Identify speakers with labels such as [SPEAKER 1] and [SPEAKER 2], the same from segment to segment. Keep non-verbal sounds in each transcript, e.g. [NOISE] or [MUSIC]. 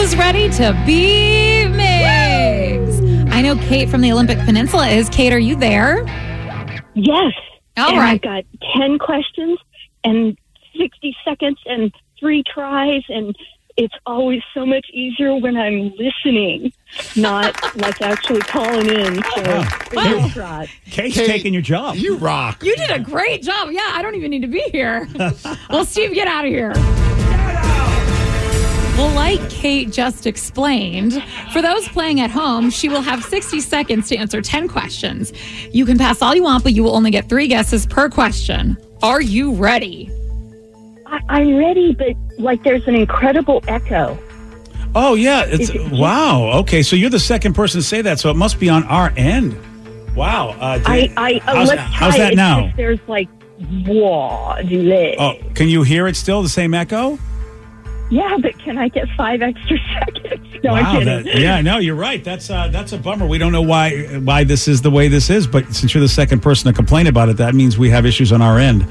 [SPEAKER 1] to be Migs. I know Kate from the Olympic Peninsula is. Kate, are you there?
[SPEAKER 2] Yes.
[SPEAKER 1] All
[SPEAKER 2] and
[SPEAKER 1] right.
[SPEAKER 2] I got 10 questions and 60 seconds and three tries. And it's always so much easier when I'm listening,
[SPEAKER 1] [LAUGHS]
[SPEAKER 2] not like actually calling in. So
[SPEAKER 3] Wow.
[SPEAKER 2] fingers crossed.
[SPEAKER 3] Kate's
[SPEAKER 4] Kate,
[SPEAKER 3] taking your job.
[SPEAKER 4] You rock.
[SPEAKER 1] You did a great job. Yeah, I don't even need to be [LAUGHS] here. well, Steve, get out of here. Well, like Kate just explained, for those playing at home, she will have 60 seconds to answer 10 questions. You can pass all you want, but you will only get three guesses per question. Are you ready?
[SPEAKER 2] I, I'm ready, but like there's an incredible echo.
[SPEAKER 3] Oh yeah, it's wow. Okay, so you're the second person to say that, so it must be on our end. Wow. Uh,
[SPEAKER 2] I,
[SPEAKER 3] did-
[SPEAKER 2] I oh,
[SPEAKER 3] how's,
[SPEAKER 2] let's try
[SPEAKER 3] how's
[SPEAKER 2] it.
[SPEAKER 3] that
[SPEAKER 2] It's
[SPEAKER 3] now?
[SPEAKER 2] just There's like, whoa, delay.
[SPEAKER 3] Oh, can you hear it still? The same echo?
[SPEAKER 2] Yeah, but can I get five extra [LAUGHS] seconds? No, I'm
[SPEAKER 3] wow.
[SPEAKER 2] kidding.
[SPEAKER 3] That, [LAUGHS] yeah, no, you're right. That's uh, that's a bummer. We don't know why why this is the way this is, but since you're the second person to complain about it, that means we have issues on our end.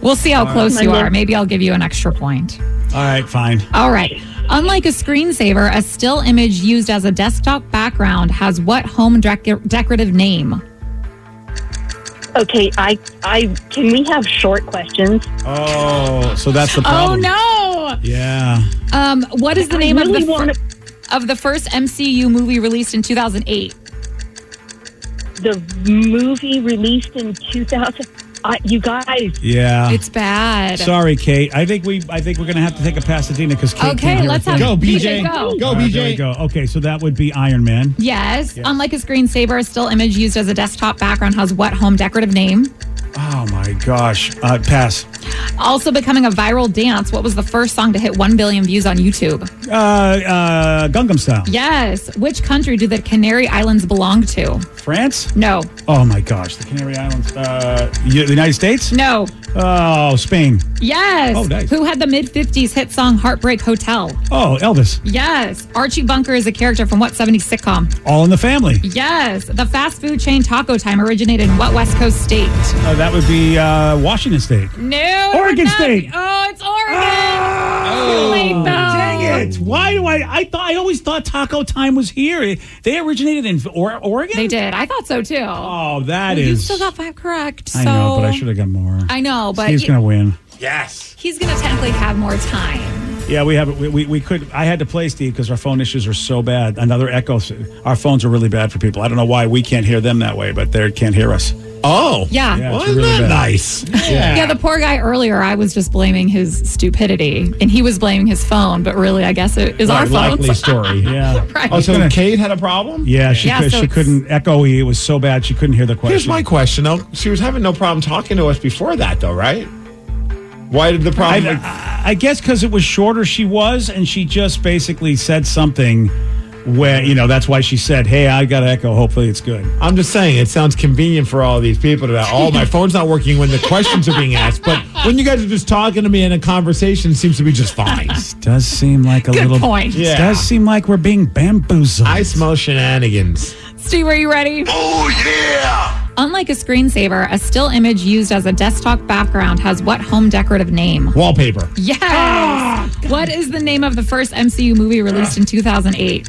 [SPEAKER 1] We'll see how close you
[SPEAKER 2] My
[SPEAKER 1] are.
[SPEAKER 2] lord.
[SPEAKER 1] Maybe I'll give you an extra point.
[SPEAKER 3] All right, fine.
[SPEAKER 1] All right. Unlike a screensaver, a still image used as a desktop background has what home dec- decorative name?
[SPEAKER 2] Okay, I, I can we have short questions?
[SPEAKER 3] Oh, so that's the problem.
[SPEAKER 1] no!
[SPEAKER 3] Yeah.
[SPEAKER 1] Um, what is the name
[SPEAKER 2] I really
[SPEAKER 1] of the fir-
[SPEAKER 2] want
[SPEAKER 1] of the first MCU movie released in 2008?
[SPEAKER 2] the movie released in 2000. I, you guys,
[SPEAKER 3] Yeah.
[SPEAKER 1] It's bad.
[SPEAKER 3] Sorry, Kate. I think we I think we're gonna have to take a Pasadena because Kate. can't
[SPEAKER 1] okay,
[SPEAKER 3] hear a
[SPEAKER 1] let's
[SPEAKER 3] thing.
[SPEAKER 1] have
[SPEAKER 4] Go, BJ.
[SPEAKER 1] Go.
[SPEAKER 4] Go,
[SPEAKER 3] All right, there we
[SPEAKER 4] BJ.
[SPEAKER 3] go. Okay, so that would be Iron Man.
[SPEAKER 1] Yes. Unlike a screensaver, a still image used as a desktop background has what home decorative name?
[SPEAKER 3] Oh my gosh. Uh, pass.
[SPEAKER 1] Also becoming a viral dance, what was the first song to hit 1 billion views on YouTube?
[SPEAKER 3] Uh, uh, Gangnam Style.
[SPEAKER 1] Yes. Which country do the Canary Islands belong to?
[SPEAKER 3] France.
[SPEAKER 1] No.
[SPEAKER 3] Oh my gosh. The Canary Islands. Uh, U- the United States.
[SPEAKER 1] No.
[SPEAKER 3] Oh, Spain.
[SPEAKER 1] Yes.
[SPEAKER 3] Oh, nice.
[SPEAKER 1] Who had the mid 50s hit song Heartbreak Hotel?
[SPEAKER 3] Oh, Elvis.
[SPEAKER 1] Yes. Archie Bunker is a character from what 70s sitcom?
[SPEAKER 3] All in the Family.
[SPEAKER 1] Yes. The fast food chain Taco Time originated in what West Coast state?
[SPEAKER 3] Uh, that would be uh, Washington State.
[SPEAKER 1] No.
[SPEAKER 3] Oregon
[SPEAKER 1] not-
[SPEAKER 3] State. Ah!
[SPEAKER 1] Oh, it's Oregon. Oh late, though.
[SPEAKER 3] dang it! Why do I? I thought I always thought Taco Time was here. They originated in or- Oregon.
[SPEAKER 1] They did. I thought so too.
[SPEAKER 3] Oh, that is.
[SPEAKER 1] you still got five correct. So
[SPEAKER 3] I know, but I should have got more.
[SPEAKER 1] I know, but
[SPEAKER 3] Steve's
[SPEAKER 1] you-
[SPEAKER 3] gonna win.
[SPEAKER 1] he's going to technically have more time.
[SPEAKER 3] Yeah, we have it. We, we, we could. I had to play Steve because our phone issues are so bad. Another echo. Our phones are really bad for people. I don't know why we can't hear them that way, but they can't hear us.
[SPEAKER 4] Oh.
[SPEAKER 1] Yeah.
[SPEAKER 3] Yeah,
[SPEAKER 1] Yeah.
[SPEAKER 4] Well,
[SPEAKER 3] it's
[SPEAKER 4] isn't
[SPEAKER 3] really
[SPEAKER 4] that
[SPEAKER 3] bad.
[SPEAKER 4] nice? Yeah.
[SPEAKER 1] the poor guy earlier, I was just blaming his stupidity, and he was blaming his phone. But really, I guess it is our
[SPEAKER 4] Right,
[SPEAKER 1] phone.
[SPEAKER 4] likely story.
[SPEAKER 3] Yeah.
[SPEAKER 1] Right.
[SPEAKER 4] Oh, so
[SPEAKER 3] Gonna-
[SPEAKER 4] Kate had a problem?
[SPEAKER 3] Yeah, she
[SPEAKER 1] Yeah,
[SPEAKER 3] could,
[SPEAKER 1] so
[SPEAKER 3] she
[SPEAKER 1] it's-
[SPEAKER 3] couldn't echo. It was so bad she couldn't hear the question.
[SPEAKER 4] Here's my question though. She was having no problem talking to us before that though, right? Why did the problem?
[SPEAKER 3] I, I guess because it was shorter, she was, and she just basically said something where you know that's why she said, "Hey, I got to echo. Hopefully, it's good."
[SPEAKER 4] I'm just saying, it sounds convenient for all these people to. Oh, [LAUGHS] my phone's not working when the questions are being asked, but when you guys are just talking to me in a conversation, it seems to be just fine.
[SPEAKER 3] Does seem like a
[SPEAKER 1] Good
[SPEAKER 3] little
[SPEAKER 1] point.
[SPEAKER 3] It
[SPEAKER 4] Yeah.
[SPEAKER 3] does seem like we're being bamboozled.
[SPEAKER 4] I smell shenanigans.
[SPEAKER 1] Steve, are you ready? Oh, yeah! Unlike a screensaver, a still image used as a desktop background has what home decorative name?
[SPEAKER 4] Wallpaper.
[SPEAKER 1] Yes! what is the name of the first MCU movie released in 2008?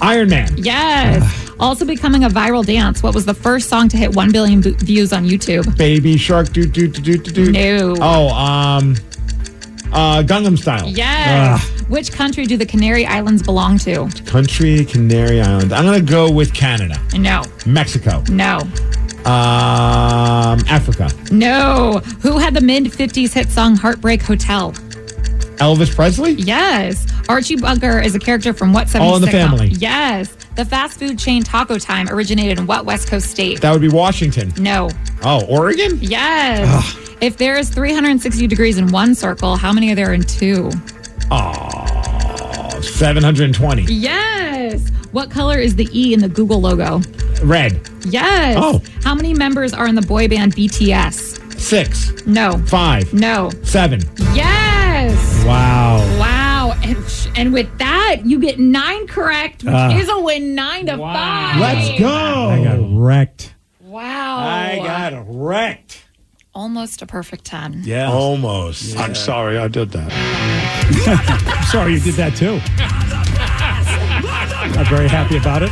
[SPEAKER 4] Iron Man.
[SPEAKER 1] Yes! also becoming a viral dance, what was the first song to hit 1 billion v- views on YouTube?
[SPEAKER 4] Baby shark. Do do do do do.
[SPEAKER 1] No.
[SPEAKER 4] Oh, um, uh, Gangnam Style.
[SPEAKER 1] Yes! Which country do the Canary Islands belong to?
[SPEAKER 4] Country Canary Islands. I'm gonna go with Canada,
[SPEAKER 1] No.
[SPEAKER 4] Mexico,
[SPEAKER 1] No.
[SPEAKER 4] um, Africa.
[SPEAKER 1] No. Who had the mid 50s hit song Heartbreak Hotel?
[SPEAKER 4] Elvis Presley.
[SPEAKER 1] Yes. Archie Bunker is a character from what 70s
[SPEAKER 4] All in the
[SPEAKER 1] sitcom?
[SPEAKER 4] Family.
[SPEAKER 1] Yes. The fast food chain Taco Time originated in what West Coast state?
[SPEAKER 4] That would be Washington.
[SPEAKER 1] no.
[SPEAKER 4] Oh, Oregon.
[SPEAKER 1] Yes. If there is 360 degrees in one circle, how many are there in two?
[SPEAKER 4] Oh, 720.
[SPEAKER 1] Yes. What color is the E in the Google logo?
[SPEAKER 4] Red.
[SPEAKER 1] Yes.
[SPEAKER 4] Oh.
[SPEAKER 1] How many members are in the boy band BTS?
[SPEAKER 4] Six.
[SPEAKER 1] No.
[SPEAKER 4] Five.
[SPEAKER 1] No.
[SPEAKER 4] Seven.
[SPEAKER 1] Yes.
[SPEAKER 3] Wow.
[SPEAKER 1] Wow. And, and with that, you get nine correct, which is a win nine to five.
[SPEAKER 4] Ah. Let's go.
[SPEAKER 3] I got
[SPEAKER 4] Oh.
[SPEAKER 3] wrecked.
[SPEAKER 1] Oh, Wow.
[SPEAKER 3] got wrecked.
[SPEAKER 1] almost a perfect 10.
[SPEAKER 3] Oh, Yeah.
[SPEAKER 4] Almost. I'm sorry I did that. [LAUGHS]
[SPEAKER 3] [LAUGHS] Sorry you did that too. Not very happy about it.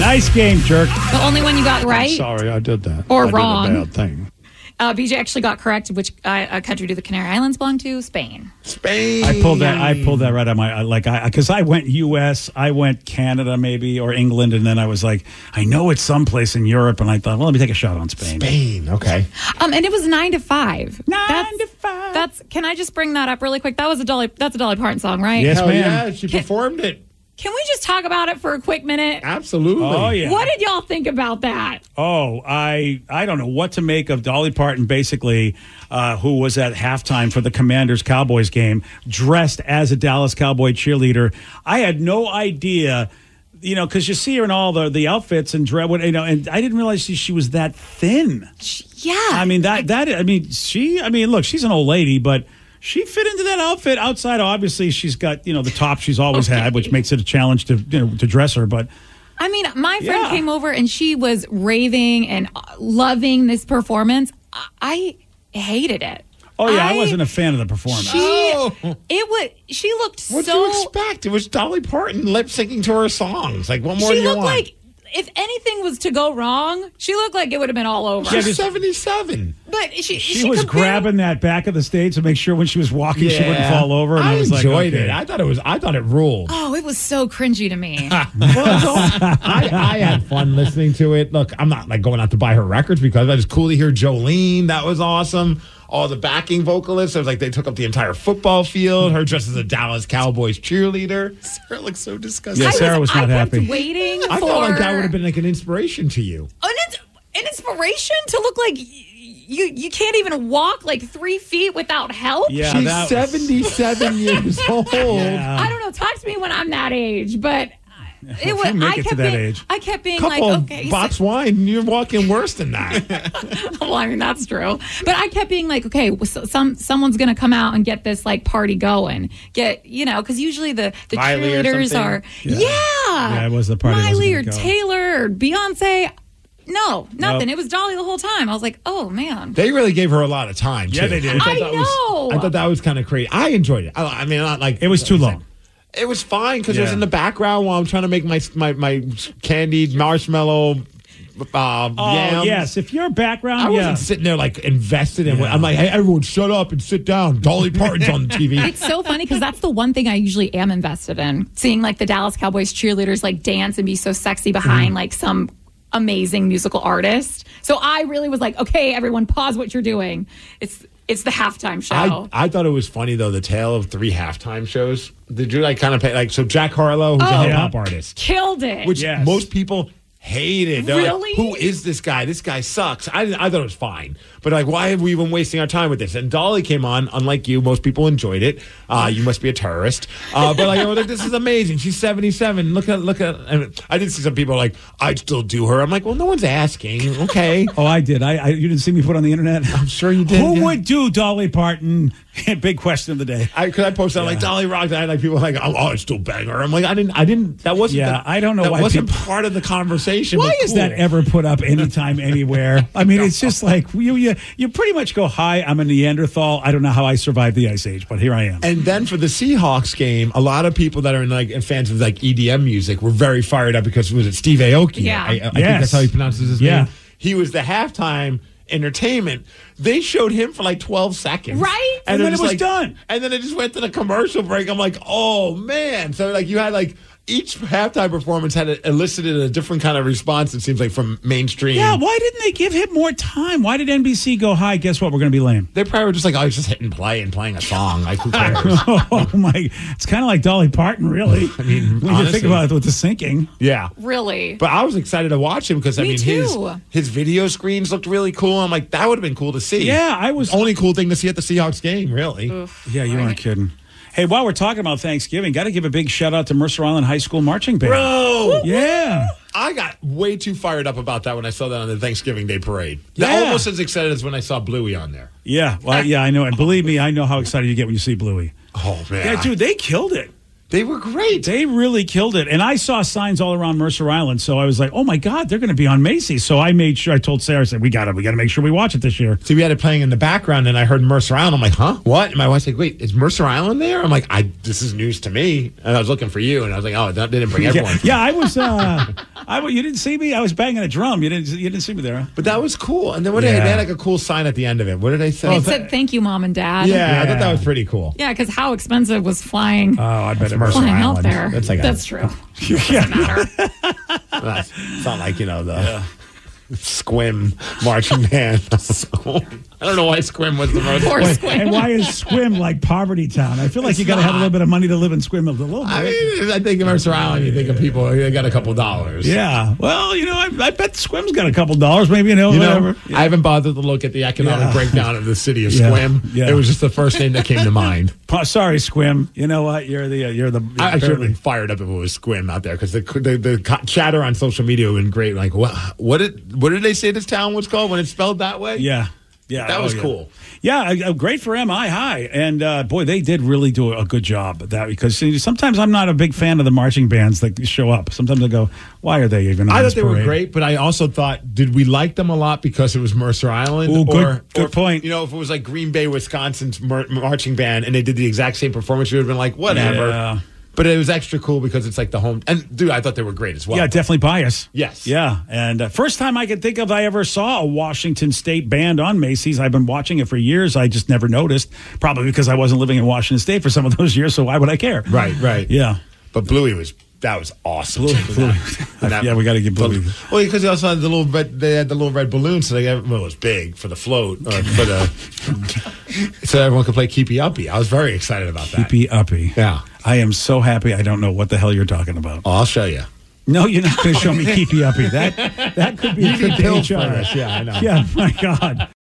[SPEAKER 3] Nice game, jerk.
[SPEAKER 1] The only one you got right,
[SPEAKER 4] Sorry, I did that.
[SPEAKER 1] Or
[SPEAKER 4] I did a
[SPEAKER 1] wrong.
[SPEAKER 4] bad thing.
[SPEAKER 1] uh, BJ actually got correct, which uh, uh, country do the Canary Islands belong to? Spain.
[SPEAKER 4] Spain.
[SPEAKER 3] I pulled that. I pulled that right out of my I- like. I because I went U.S. I went Canada maybe or England, and then I was like, I know it's someplace in Europe, and I thought, well, let me take a shot on Spain.
[SPEAKER 4] Spain. Okay.
[SPEAKER 1] Um, and it was nine to five.
[SPEAKER 3] Nine
[SPEAKER 1] that's,
[SPEAKER 3] to five.
[SPEAKER 1] That's. Can I just bring that up really quick? That was a Dolly. That's a Dolly Parton song, right?
[SPEAKER 3] Yes,
[SPEAKER 4] Hell
[SPEAKER 3] ma'am.
[SPEAKER 4] yeah, she performed it.
[SPEAKER 1] Can we just talk about it for a quick minute?
[SPEAKER 4] Absolutely.
[SPEAKER 3] Oh yeah.
[SPEAKER 1] What did y'all think about that?
[SPEAKER 3] Oh, I I don't know what to make of Dolly Parton, basically, uh, who was at halftime for the Commanders Cowboys game, dressed as a Dallas Cowboy cheerleader. I had no idea, you know, because you see her in all the the outfits and dre- what you know, and I didn't realize she, she was that thin.
[SPEAKER 1] Yeah.
[SPEAKER 3] I mean that that I mean she I mean look she's an old lady but she fit into that outfit outside obviously she's got you know the top she's always had which makes it a challenge to you know, to dress her but
[SPEAKER 1] I mean, my friend
[SPEAKER 3] Yeah.
[SPEAKER 1] came over and she was raving and uh, loving this performance. I I hated it.
[SPEAKER 3] oh yeah I, wasn't a fan of the performance
[SPEAKER 1] She,
[SPEAKER 4] Oh.
[SPEAKER 1] It was. She looked
[SPEAKER 4] What do
[SPEAKER 1] so.
[SPEAKER 4] you expect? It was Dolly Parton lip syncing to her songs. Like, what more
[SPEAKER 1] she
[SPEAKER 4] do you
[SPEAKER 1] looked
[SPEAKER 4] want?
[SPEAKER 1] like if anything was to go wrong, she looked like it would have been all over.
[SPEAKER 4] She's 77.
[SPEAKER 1] But she she,
[SPEAKER 3] she, was
[SPEAKER 1] compared-
[SPEAKER 3] grabbing that back of the stage to make sure when she was walking she wouldn't fall over and I,
[SPEAKER 4] I,
[SPEAKER 3] was
[SPEAKER 4] enjoyed
[SPEAKER 3] like okay. [LAUGHS]
[SPEAKER 4] it. I thought it was. I thought it ruled.
[SPEAKER 1] Oh, it was so cringy to me.
[SPEAKER 4] I, I had fun listening to it. Look, I'm not like going out to buy her records because I was cool to hear Jolene. That was awesome. All the backing vocalists. It was like they took up the entire football field. Her dressed as a Dallas Cowboys cheerleader. Sarah looks so disgusted.
[SPEAKER 3] Yeah,
[SPEAKER 1] I
[SPEAKER 3] Sarah was
[SPEAKER 1] I
[SPEAKER 3] not
[SPEAKER 1] kept
[SPEAKER 3] happy.
[SPEAKER 1] Waiting
[SPEAKER 4] I
[SPEAKER 1] for
[SPEAKER 4] felt like that would have been like an inspiration to you.
[SPEAKER 1] an, ins- an inspiration to look like y- you you can't even walk like three feet without help.
[SPEAKER 3] yeah
[SPEAKER 4] She's
[SPEAKER 3] that was- [LAUGHS]
[SPEAKER 4] 77 years old.
[SPEAKER 3] yeah.
[SPEAKER 1] I don't know. Talk to me when I'm that age,
[SPEAKER 3] [LAUGHS]
[SPEAKER 1] but it was.
[SPEAKER 3] make
[SPEAKER 1] I
[SPEAKER 3] it to
[SPEAKER 1] kept
[SPEAKER 3] that
[SPEAKER 1] being,
[SPEAKER 3] age.
[SPEAKER 1] I kept being
[SPEAKER 4] Couple
[SPEAKER 1] like, okay,
[SPEAKER 4] of
[SPEAKER 1] so-
[SPEAKER 4] box wine, you're walking worse
[SPEAKER 3] [LAUGHS]
[SPEAKER 4] than that.
[SPEAKER 1] well, I mean [LAUGHS] that's true. But I kept being like, okay, well, so- some someone's gonna come out and get this like party going. Get you know, because usually the the
[SPEAKER 4] Miley or
[SPEAKER 1] cheerleaders
[SPEAKER 4] something?
[SPEAKER 1] are yeah. yeah
[SPEAKER 3] it was the party that was
[SPEAKER 1] Miley or
[SPEAKER 3] gonna go.
[SPEAKER 1] Taylor or Beyonce. No, nothing.
[SPEAKER 3] Nope.
[SPEAKER 1] It was Dolly the whole time. I was like, oh man.
[SPEAKER 4] they really gave her a lot of time.
[SPEAKER 3] Yeah,
[SPEAKER 4] too.
[SPEAKER 3] they did.
[SPEAKER 4] thought
[SPEAKER 1] I
[SPEAKER 4] that was-
[SPEAKER 1] know.
[SPEAKER 4] I thought that was kind of crazy. I enjoyed it. I, I mean, not like
[SPEAKER 3] it was too long
[SPEAKER 4] It was fine because it was
[SPEAKER 3] Yeah.
[SPEAKER 4] in the background while I'm trying to make my my my candied marshmallow. Uh,
[SPEAKER 3] oh
[SPEAKER 4] yams.
[SPEAKER 3] yes if your background
[SPEAKER 4] I
[SPEAKER 3] yeah.
[SPEAKER 4] wasn't sitting there like invested in. what
[SPEAKER 3] Yeah.
[SPEAKER 4] I'm like, hey, everyone, shut up and sit down. Dolly Parton's on the TV.
[SPEAKER 1] [LAUGHS] It's so funny because that's the one thing I usually am invested in. Seeing like the Dallas Cowboys cheerleaders like dance and be so sexy
[SPEAKER 4] Mm.
[SPEAKER 1] behind like some amazing musical artist. So I really was like, okay, everyone, pause what you're doing. It's it's the halftime
[SPEAKER 4] I,
[SPEAKER 1] show.
[SPEAKER 4] I thought it was funny though the tale of three halftime shows. Did you like kind of pay, like so Jack Harlow, who's a
[SPEAKER 1] Oh.
[SPEAKER 4] hip hop
[SPEAKER 3] Yeah.
[SPEAKER 4] artist,
[SPEAKER 1] Killed it.
[SPEAKER 4] which
[SPEAKER 3] Yes.
[SPEAKER 4] most people hated. They're like,
[SPEAKER 1] Really?
[SPEAKER 4] Who is this guy? This guy sucks. I I thought it was fine, but like, why have we even wasting our time with this? And Dolly came on. Unlike you, most people enjoyed it. Uh, you must be a terrorist. Uh, but like, I was like, this is amazing. She's seventy seven. Look at look at. And I did see some people like, I'd still do her. I'm like, well, no one's asking. Okay.
[SPEAKER 3] Oh, I did. I, I you didn't see me put on the internet. [LAUGHS] I'm
[SPEAKER 4] sure you did,
[SPEAKER 3] Who
[SPEAKER 4] yeah.
[SPEAKER 3] would do Dolly Parton? [LAUGHS] Big question of the day.
[SPEAKER 4] I because I posted like Dolly Rock. I had like people like oh, oh it's still banger. I'm like I didn't I didn't that wasn't
[SPEAKER 3] Yeah,
[SPEAKER 4] the-
[SPEAKER 3] I don't know
[SPEAKER 4] that
[SPEAKER 3] why
[SPEAKER 4] wasn't
[SPEAKER 3] people-
[SPEAKER 4] part of the conversation.
[SPEAKER 3] Why
[SPEAKER 4] but
[SPEAKER 3] is that
[SPEAKER 4] cool.
[SPEAKER 3] ever put up anytime, [LAUGHS] anywhere? I mean, it's just like you, you, you pretty much go, "Hi, I'm a Neanderthal. I don't know how I survived the ice age, but here I am."
[SPEAKER 4] And then for the Seahawks game, a lot of people that are in like fans of like EDM music were very fired up because was it Steve Aoki?
[SPEAKER 1] Yeah.
[SPEAKER 4] I, I think
[SPEAKER 3] Yes.
[SPEAKER 4] that's how he pronounces his
[SPEAKER 3] Yeah.
[SPEAKER 4] name. He was the halftime entertainment. They showed him for like 12 seconds.
[SPEAKER 1] Right?
[SPEAKER 3] And then
[SPEAKER 4] just,
[SPEAKER 3] it was
[SPEAKER 4] like-
[SPEAKER 3] done.
[SPEAKER 4] And then it just went to the commercial break. I'm like, oh man. So like you had like each halftime performance had elicited a different kind of response, it seems like from mainstream.
[SPEAKER 3] yeah, why didn't they give him more time? Why did NBC go, "Hi, guess what? We're going to be lame."
[SPEAKER 4] They probably were just like, oh, he's just hitting play and playing a song. Like,
[SPEAKER 3] [LAUGHS]
[SPEAKER 4] who cares?
[SPEAKER 3] oh my! It's kind of like Dolly Parton, really. [LAUGHS] I mean, when you
[SPEAKER 4] honestly.
[SPEAKER 3] think about it, with the sinking.
[SPEAKER 4] yeah.
[SPEAKER 1] really.
[SPEAKER 4] But I was excited to watch him because I
[SPEAKER 1] Me
[SPEAKER 4] mean
[SPEAKER 1] too.
[SPEAKER 4] his his video screens looked really cool. I'm like, that would have been cool to see.
[SPEAKER 3] Yeah, I was-
[SPEAKER 4] only cool thing to see at the Seahawks game, really.
[SPEAKER 3] Yeah, you aren't kidding. Hey, while we're talking about Thanksgiving, got to give a big shout out to Mercer Island High School marching band.
[SPEAKER 4] Bro,
[SPEAKER 3] Yeah.
[SPEAKER 4] Oh, I got way too fired up about that when I saw that on the Thanksgiving Day parade.
[SPEAKER 3] Yeah.
[SPEAKER 4] That almost as excited as when I saw Bluey on there.
[SPEAKER 3] Yeah, well, yeah, I know, and believe me, I know how excited you get when you see Bluey.
[SPEAKER 4] Oh man,
[SPEAKER 3] Yeah, dude, they killed it.
[SPEAKER 4] They were great.
[SPEAKER 3] They really killed it. And I saw signs all around Mercer Island. So I was like, oh my God, they're going to be on Macy's. So I made sure, I told Sarah, I said, we got to, we got to make sure we watch it this year.
[SPEAKER 4] So we had it playing in the background, and I heard Mercer Island. I'm like, huh? What? And my wife's like, wait, is Mercer Island there? I'm like, I this is news to me. And I was looking for you, and I was like, oh, that didn't bring everyone.
[SPEAKER 3] [LAUGHS] Yeah, yeah I was, uh, [LAUGHS] I, wa- you didn't see me. I was banging a drum. You didn't, you didn't see me there. huh?
[SPEAKER 4] But that was cool. And then what did
[SPEAKER 3] Yeah. Oh,
[SPEAKER 4] they had like a cool sign at the end of it. What did I say?
[SPEAKER 1] They said thank you, mom and dad.
[SPEAKER 4] yeah, I
[SPEAKER 3] Yeah.
[SPEAKER 4] thought that was pretty cool.
[SPEAKER 1] yeah, because how expensive was flying?
[SPEAKER 3] Oh, I bet it
[SPEAKER 4] Mercer
[SPEAKER 3] was.
[SPEAKER 1] flying out
[SPEAKER 4] Island.
[SPEAKER 1] there.
[SPEAKER 4] That's like a- [LAUGHS]
[SPEAKER 1] true.
[SPEAKER 4] That's- it's not like you know the squim marching band. I don't know why [LAUGHS] squim was the most.
[SPEAKER 1] Poor
[SPEAKER 3] Wait,
[SPEAKER 1] squid.
[SPEAKER 3] and why is Squim like Poverty Town? I feel like you got to have a little bit of money to live in Squim a little bit.
[SPEAKER 4] I mean, I think of Mercer Island. You think of people. They got a couple dollars.
[SPEAKER 3] yeah. Well, you know, I, I bet Squim's got a couple dollars, maybe, you know,
[SPEAKER 4] You know,
[SPEAKER 3] whatever.
[SPEAKER 4] I haven't bothered to look at the economic
[SPEAKER 3] Yeah.
[SPEAKER 4] breakdown of the city of
[SPEAKER 3] Yeah.
[SPEAKER 4] Squim.
[SPEAKER 3] Yeah.
[SPEAKER 4] It was just the first name that came to [LAUGHS] mind.
[SPEAKER 3] Pa- sorry, Squim. You know what? You're the, uh, you're the,
[SPEAKER 4] I, I should have been fired up if it was Squim out there because the, the the co- chatter on social media would been great. Like, what what did what did they say this town was called when it's spelled that way?
[SPEAKER 3] Yeah. Yeah. Oh,
[SPEAKER 4] That was
[SPEAKER 3] yeah.
[SPEAKER 4] cool.
[SPEAKER 3] Yeah, uh, uh, great for MI High. And uh, boy, they did really do a good job at that because see, sometimes I'm not a big fan of the marching bands that show up. Sometimes I go, why are they even on
[SPEAKER 4] I
[SPEAKER 3] this
[SPEAKER 4] thought they were
[SPEAKER 3] parade?
[SPEAKER 4] great, but I also thought, did we like them a lot because it was Mercer Island?
[SPEAKER 3] Ooh, good- good point.
[SPEAKER 4] You know, if it was like Green Bay, Wisconsin's mar- marching band, and they did the exact same performance, you would have been like, whatever.
[SPEAKER 3] Yeah.
[SPEAKER 4] But it was extra cool because it's like the home. And dude, I thought they were great as well.
[SPEAKER 3] Yeah, definitely bias.
[SPEAKER 4] Yes.
[SPEAKER 3] Yeah. And uh, first time I can think of I ever saw a Washington State band on Macy's. I've been watching it for years. I just never noticed, probably because I wasn't living in Washington State for some of [LAUGHS] those years. So why would I care?
[SPEAKER 4] Right, right.
[SPEAKER 3] Yeah.
[SPEAKER 4] But Bluey was that was awesome.
[SPEAKER 3] Bluey-
[SPEAKER 4] too.
[SPEAKER 3] Bluey.
[SPEAKER 4] And
[SPEAKER 3] [LAUGHS]
[SPEAKER 4] that-
[SPEAKER 3] Yeah, we gotta get Bluey.
[SPEAKER 4] Well, because they also had the little red. They had the little red balloon, so they got, well, it was big for the float or for the [LAUGHS] so everyone could play keepy uppy. I was very excited about that.
[SPEAKER 3] Uppy uppy.
[SPEAKER 4] Yeah.
[SPEAKER 3] I am so happy I don't know what the hell you're talking about.
[SPEAKER 4] Oh, I'll show you.
[SPEAKER 3] No, you're
[SPEAKER 4] [LAUGHS]
[SPEAKER 3] not going to show me keepy uppy. That that could be a trip to HR. [LAUGHS]
[SPEAKER 4] Yeah, I know.
[SPEAKER 3] Yeah, my God.